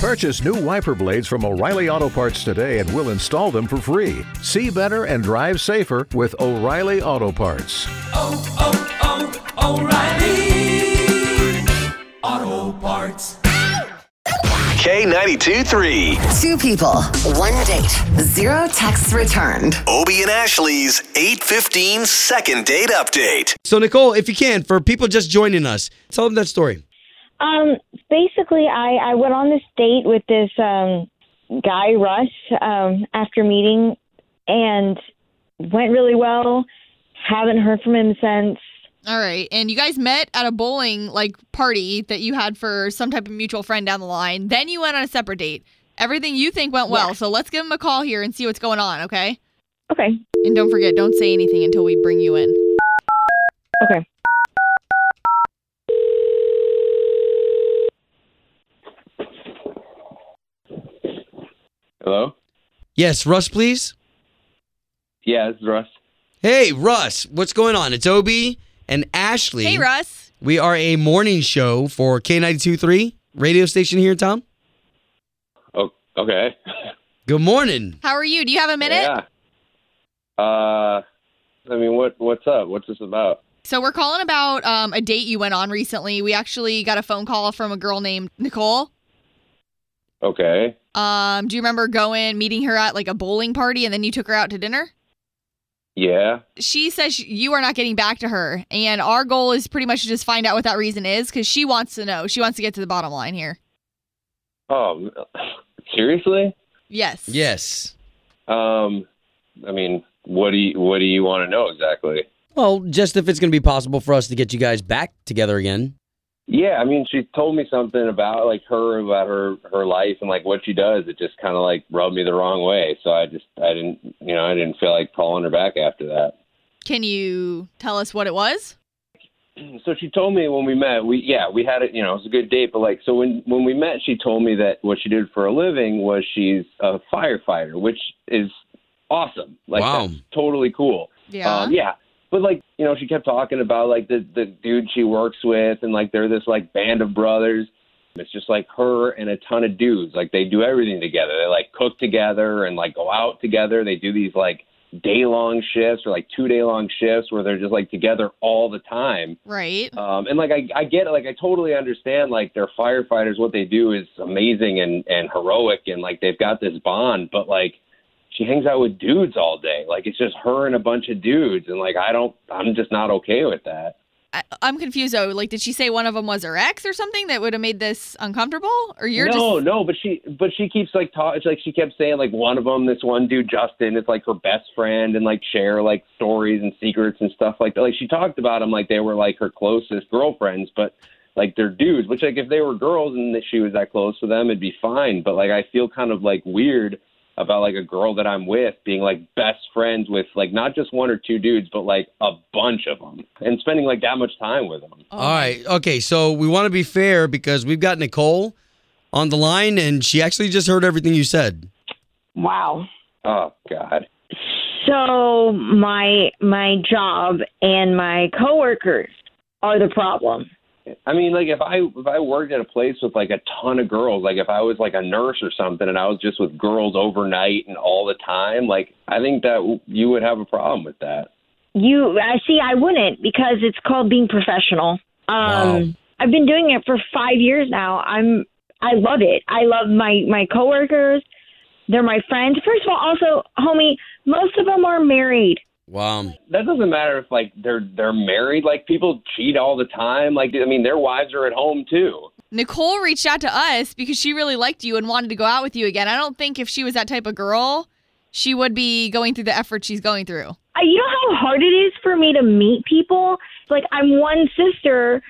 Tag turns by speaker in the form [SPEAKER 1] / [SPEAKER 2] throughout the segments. [SPEAKER 1] Purchase new wiper blades from O'Reilly Auto Parts today and we'll install them for free. See better and drive safer with O'Reilly Auto Parts.
[SPEAKER 2] oh, oh, O'Reilly Auto Parts.
[SPEAKER 3] K92 3.
[SPEAKER 4] Two people, one date, zero texts returned.
[SPEAKER 3] Obie and Ashley's 815 second date update.
[SPEAKER 5] So, Nicole, if you can, for people just joining us, tell them that story.
[SPEAKER 6] Um, basically, I, I went on this date with this um, guy, Russ, um, after meeting, and went really well. Haven't heard from him since.
[SPEAKER 7] All right. And you guys met at a bowling like party that you had for some type of mutual friend down the line. Then you went on a separate date. Everything you think went well. So let's give him a call here and see what's going on, okay?
[SPEAKER 6] Okay,
[SPEAKER 7] And don't forget, don't say anything until we bring you in.
[SPEAKER 6] okay.
[SPEAKER 8] Hello?
[SPEAKER 5] Yes, Russ, please.
[SPEAKER 8] Yeah, this is Russ.
[SPEAKER 5] Hey, Russ, what's going on? It's Obi and Ashley.
[SPEAKER 7] Hey, Russ.
[SPEAKER 5] We are a morning show for K92.3 radio station here in town.
[SPEAKER 8] Oh, okay.
[SPEAKER 5] Good morning.
[SPEAKER 7] How are you? Do you have a minute?
[SPEAKER 8] Yeah. Uh, I mean, what what's up? What's this about?
[SPEAKER 7] So we're calling about um, a date you went on recently. We actually got a phone call from a girl named Nicole.
[SPEAKER 8] Okay.
[SPEAKER 7] Um, do you remember going meeting her at like a bowling party and then you took her out to dinner?
[SPEAKER 8] Yeah.
[SPEAKER 7] she says sh- you are not getting back to her and our goal is pretty much to just find out what that reason is because she wants to know she wants to get to the bottom line here
[SPEAKER 8] Oh, seriously?
[SPEAKER 7] yes
[SPEAKER 5] Yes.
[SPEAKER 8] Um, I mean, what do you what do you want to know exactly?
[SPEAKER 5] Well, just if it's going to be possible for us to get you guys back together again.
[SPEAKER 8] Yeah, I mean, she told me something about like her about her her life and like what she does. It just kind of like rubbed me the wrong way. So I just I didn't you know I didn't feel like calling her back after that.
[SPEAKER 7] can you tell us what it was
[SPEAKER 8] so she told me when we met, we yeah, we had it. You know, it was a good date, but like, so when when we met, she told me that what she did for a living was she's a firefighter, which is awesome. Like,
[SPEAKER 5] Wow.
[SPEAKER 8] that's totally cool.
[SPEAKER 7] yeah
[SPEAKER 8] Um, yeah. But like, you know, she kept talking about like the the dude she works with and like they're this like band of brothers. It's just like her and a ton of dudes. Like they do everything together. They like cook together and like go out together. They do these like day long shifts or like two day long shifts where they're just like together all the time.
[SPEAKER 7] right
[SPEAKER 8] Um, and like I, I get it, like I totally understand like they're firefighters, what they do is amazing and, and heroic and like they've got this bond, but like she hangs out with dudes all day. Like it's just her and a bunch of dudes and like I don't I'm just not okay with that.
[SPEAKER 7] I, i'm confused though like did she say one of them was her ex or something that would have made this uncomfortable or you're
[SPEAKER 8] no,
[SPEAKER 7] just
[SPEAKER 8] no, but she but she keeps like talk it's like she kept saying like one of them, this one dude Justin, is like her best friend and like share like stories and secrets and stuff like that. Like she talked about them like they were like her closest girlfriends, but like they're dudes. Which like if they were girls and that she was that close to them, it'd be fine. But like I feel kind of like weird about like a girl that I'm with being like best friends with like not just one or two dudes, but like a bunch of them, and spending like that much time with them.
[SPEAKER 7] Oh,
[SPEAKER 5] All right. Okay. So we want to be fair because we've got Nicole on the line and she actually just heard everything you said.
[SPEAKER 6] Wow.
[SPEAKER 8] Oh God.
[SPEAKER 6] So my my job and my coworkers are the problem.
[SPEAKER 8] I mean, like if I if I worked at a place with like a ton of girls, like if I was like a nurse or something, and I was just with girls overnight and all the time, like I think that w- you would have a problem with that.
[SPEAKER 6] You, I see. I wouldn't because it's called being professional. Um,
[SPEAKER 5] Wow.
[SPEAKER 6] I've been doing it for five years now. I'm, I love it. I love my my coworkers. They're my friends. First of all, also, homie, most of them are married.
[SPEAKER 5] Wow.
[SPEAKER 8] That doesn't matter if like they're they're married. Like people cheat all the time. Like I mean, their wives are at home too.
[SPEAKER 7] nicole reached out to us because she really liked you and wanted to go out with you again i don't think if she was that type of girl she would be going through the effort she's going through
[SPEAKER 6] I, you know how hard it is for me to meet people. Like I'm one sister,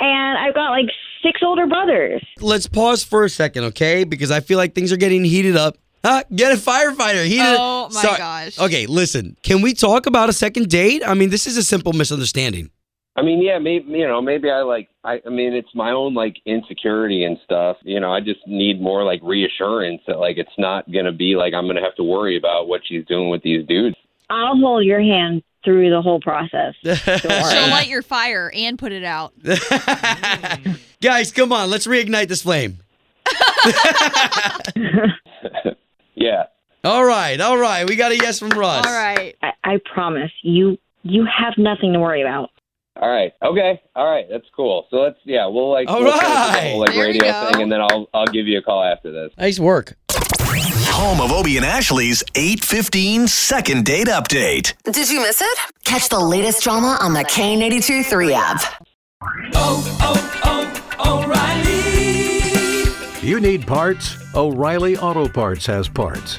[SPEAKER 6] and I've got like six older brothers.
[SPEAKER 5] Let's pause for a second, okay? Because I feel like things are getting heated up. Huh? Get a firefighter. Heat it-
[SPEAKER 7] Oh, my gosh.
[SPEAKER 5] Okay, listen. Can we talk about a second date? I mean, this is a simple misunderstanding.
[SPEAKER 8] I mean, yeah, maybe you know, maybe I like. I, I mean, it's my own like insecurity and stuff. You know, I just need more like reassurance that like it's not gonna be like I'm gonna have to worry about what she's doing with these dudes.
[SPEAKER 6] I'll hold your hand through the whole process.
[SPEAKER 7] she'll light your fire and put it out
[SPEAKER 5] Guys, come on. Let's reignite this flame.
[SPEAKER 8] Yeah.
[SPEAKER 5] All right, all right. We got a yes from
[SPEAKER 7] All
[SPEAKER 5] Russ.
[SPEAKER 7] right.
[SPEAKER 9] I, I promise you, you have nothing to worry about.
[SPEAKER 8] All right. Okay. All right. That's cool. So let's yeah, we'll like
[SPEAKER 5] All
[SPEAKER 8] we'll finish the
[SPEAKER 5] right.
[SPEAKER 8] whole, like
[SPEAKER 7] There we
[SPEAKER 8] radio
[SPEAKER 7] go.
[SPEAKER 8] thing and then I'll I'll give you a call after this.
[SPEAKER 5] Nice work.
[SPEAKER 3] Home of Obie and Ashley's 815 second date update.
[SPEAKER 4] Did you miss it? Catch the latest drama on the K82 3 app.
[SPEAKER 2] Oh,
[SPEAKER 1] You need parts? O'Reilly Auto Parts has parts.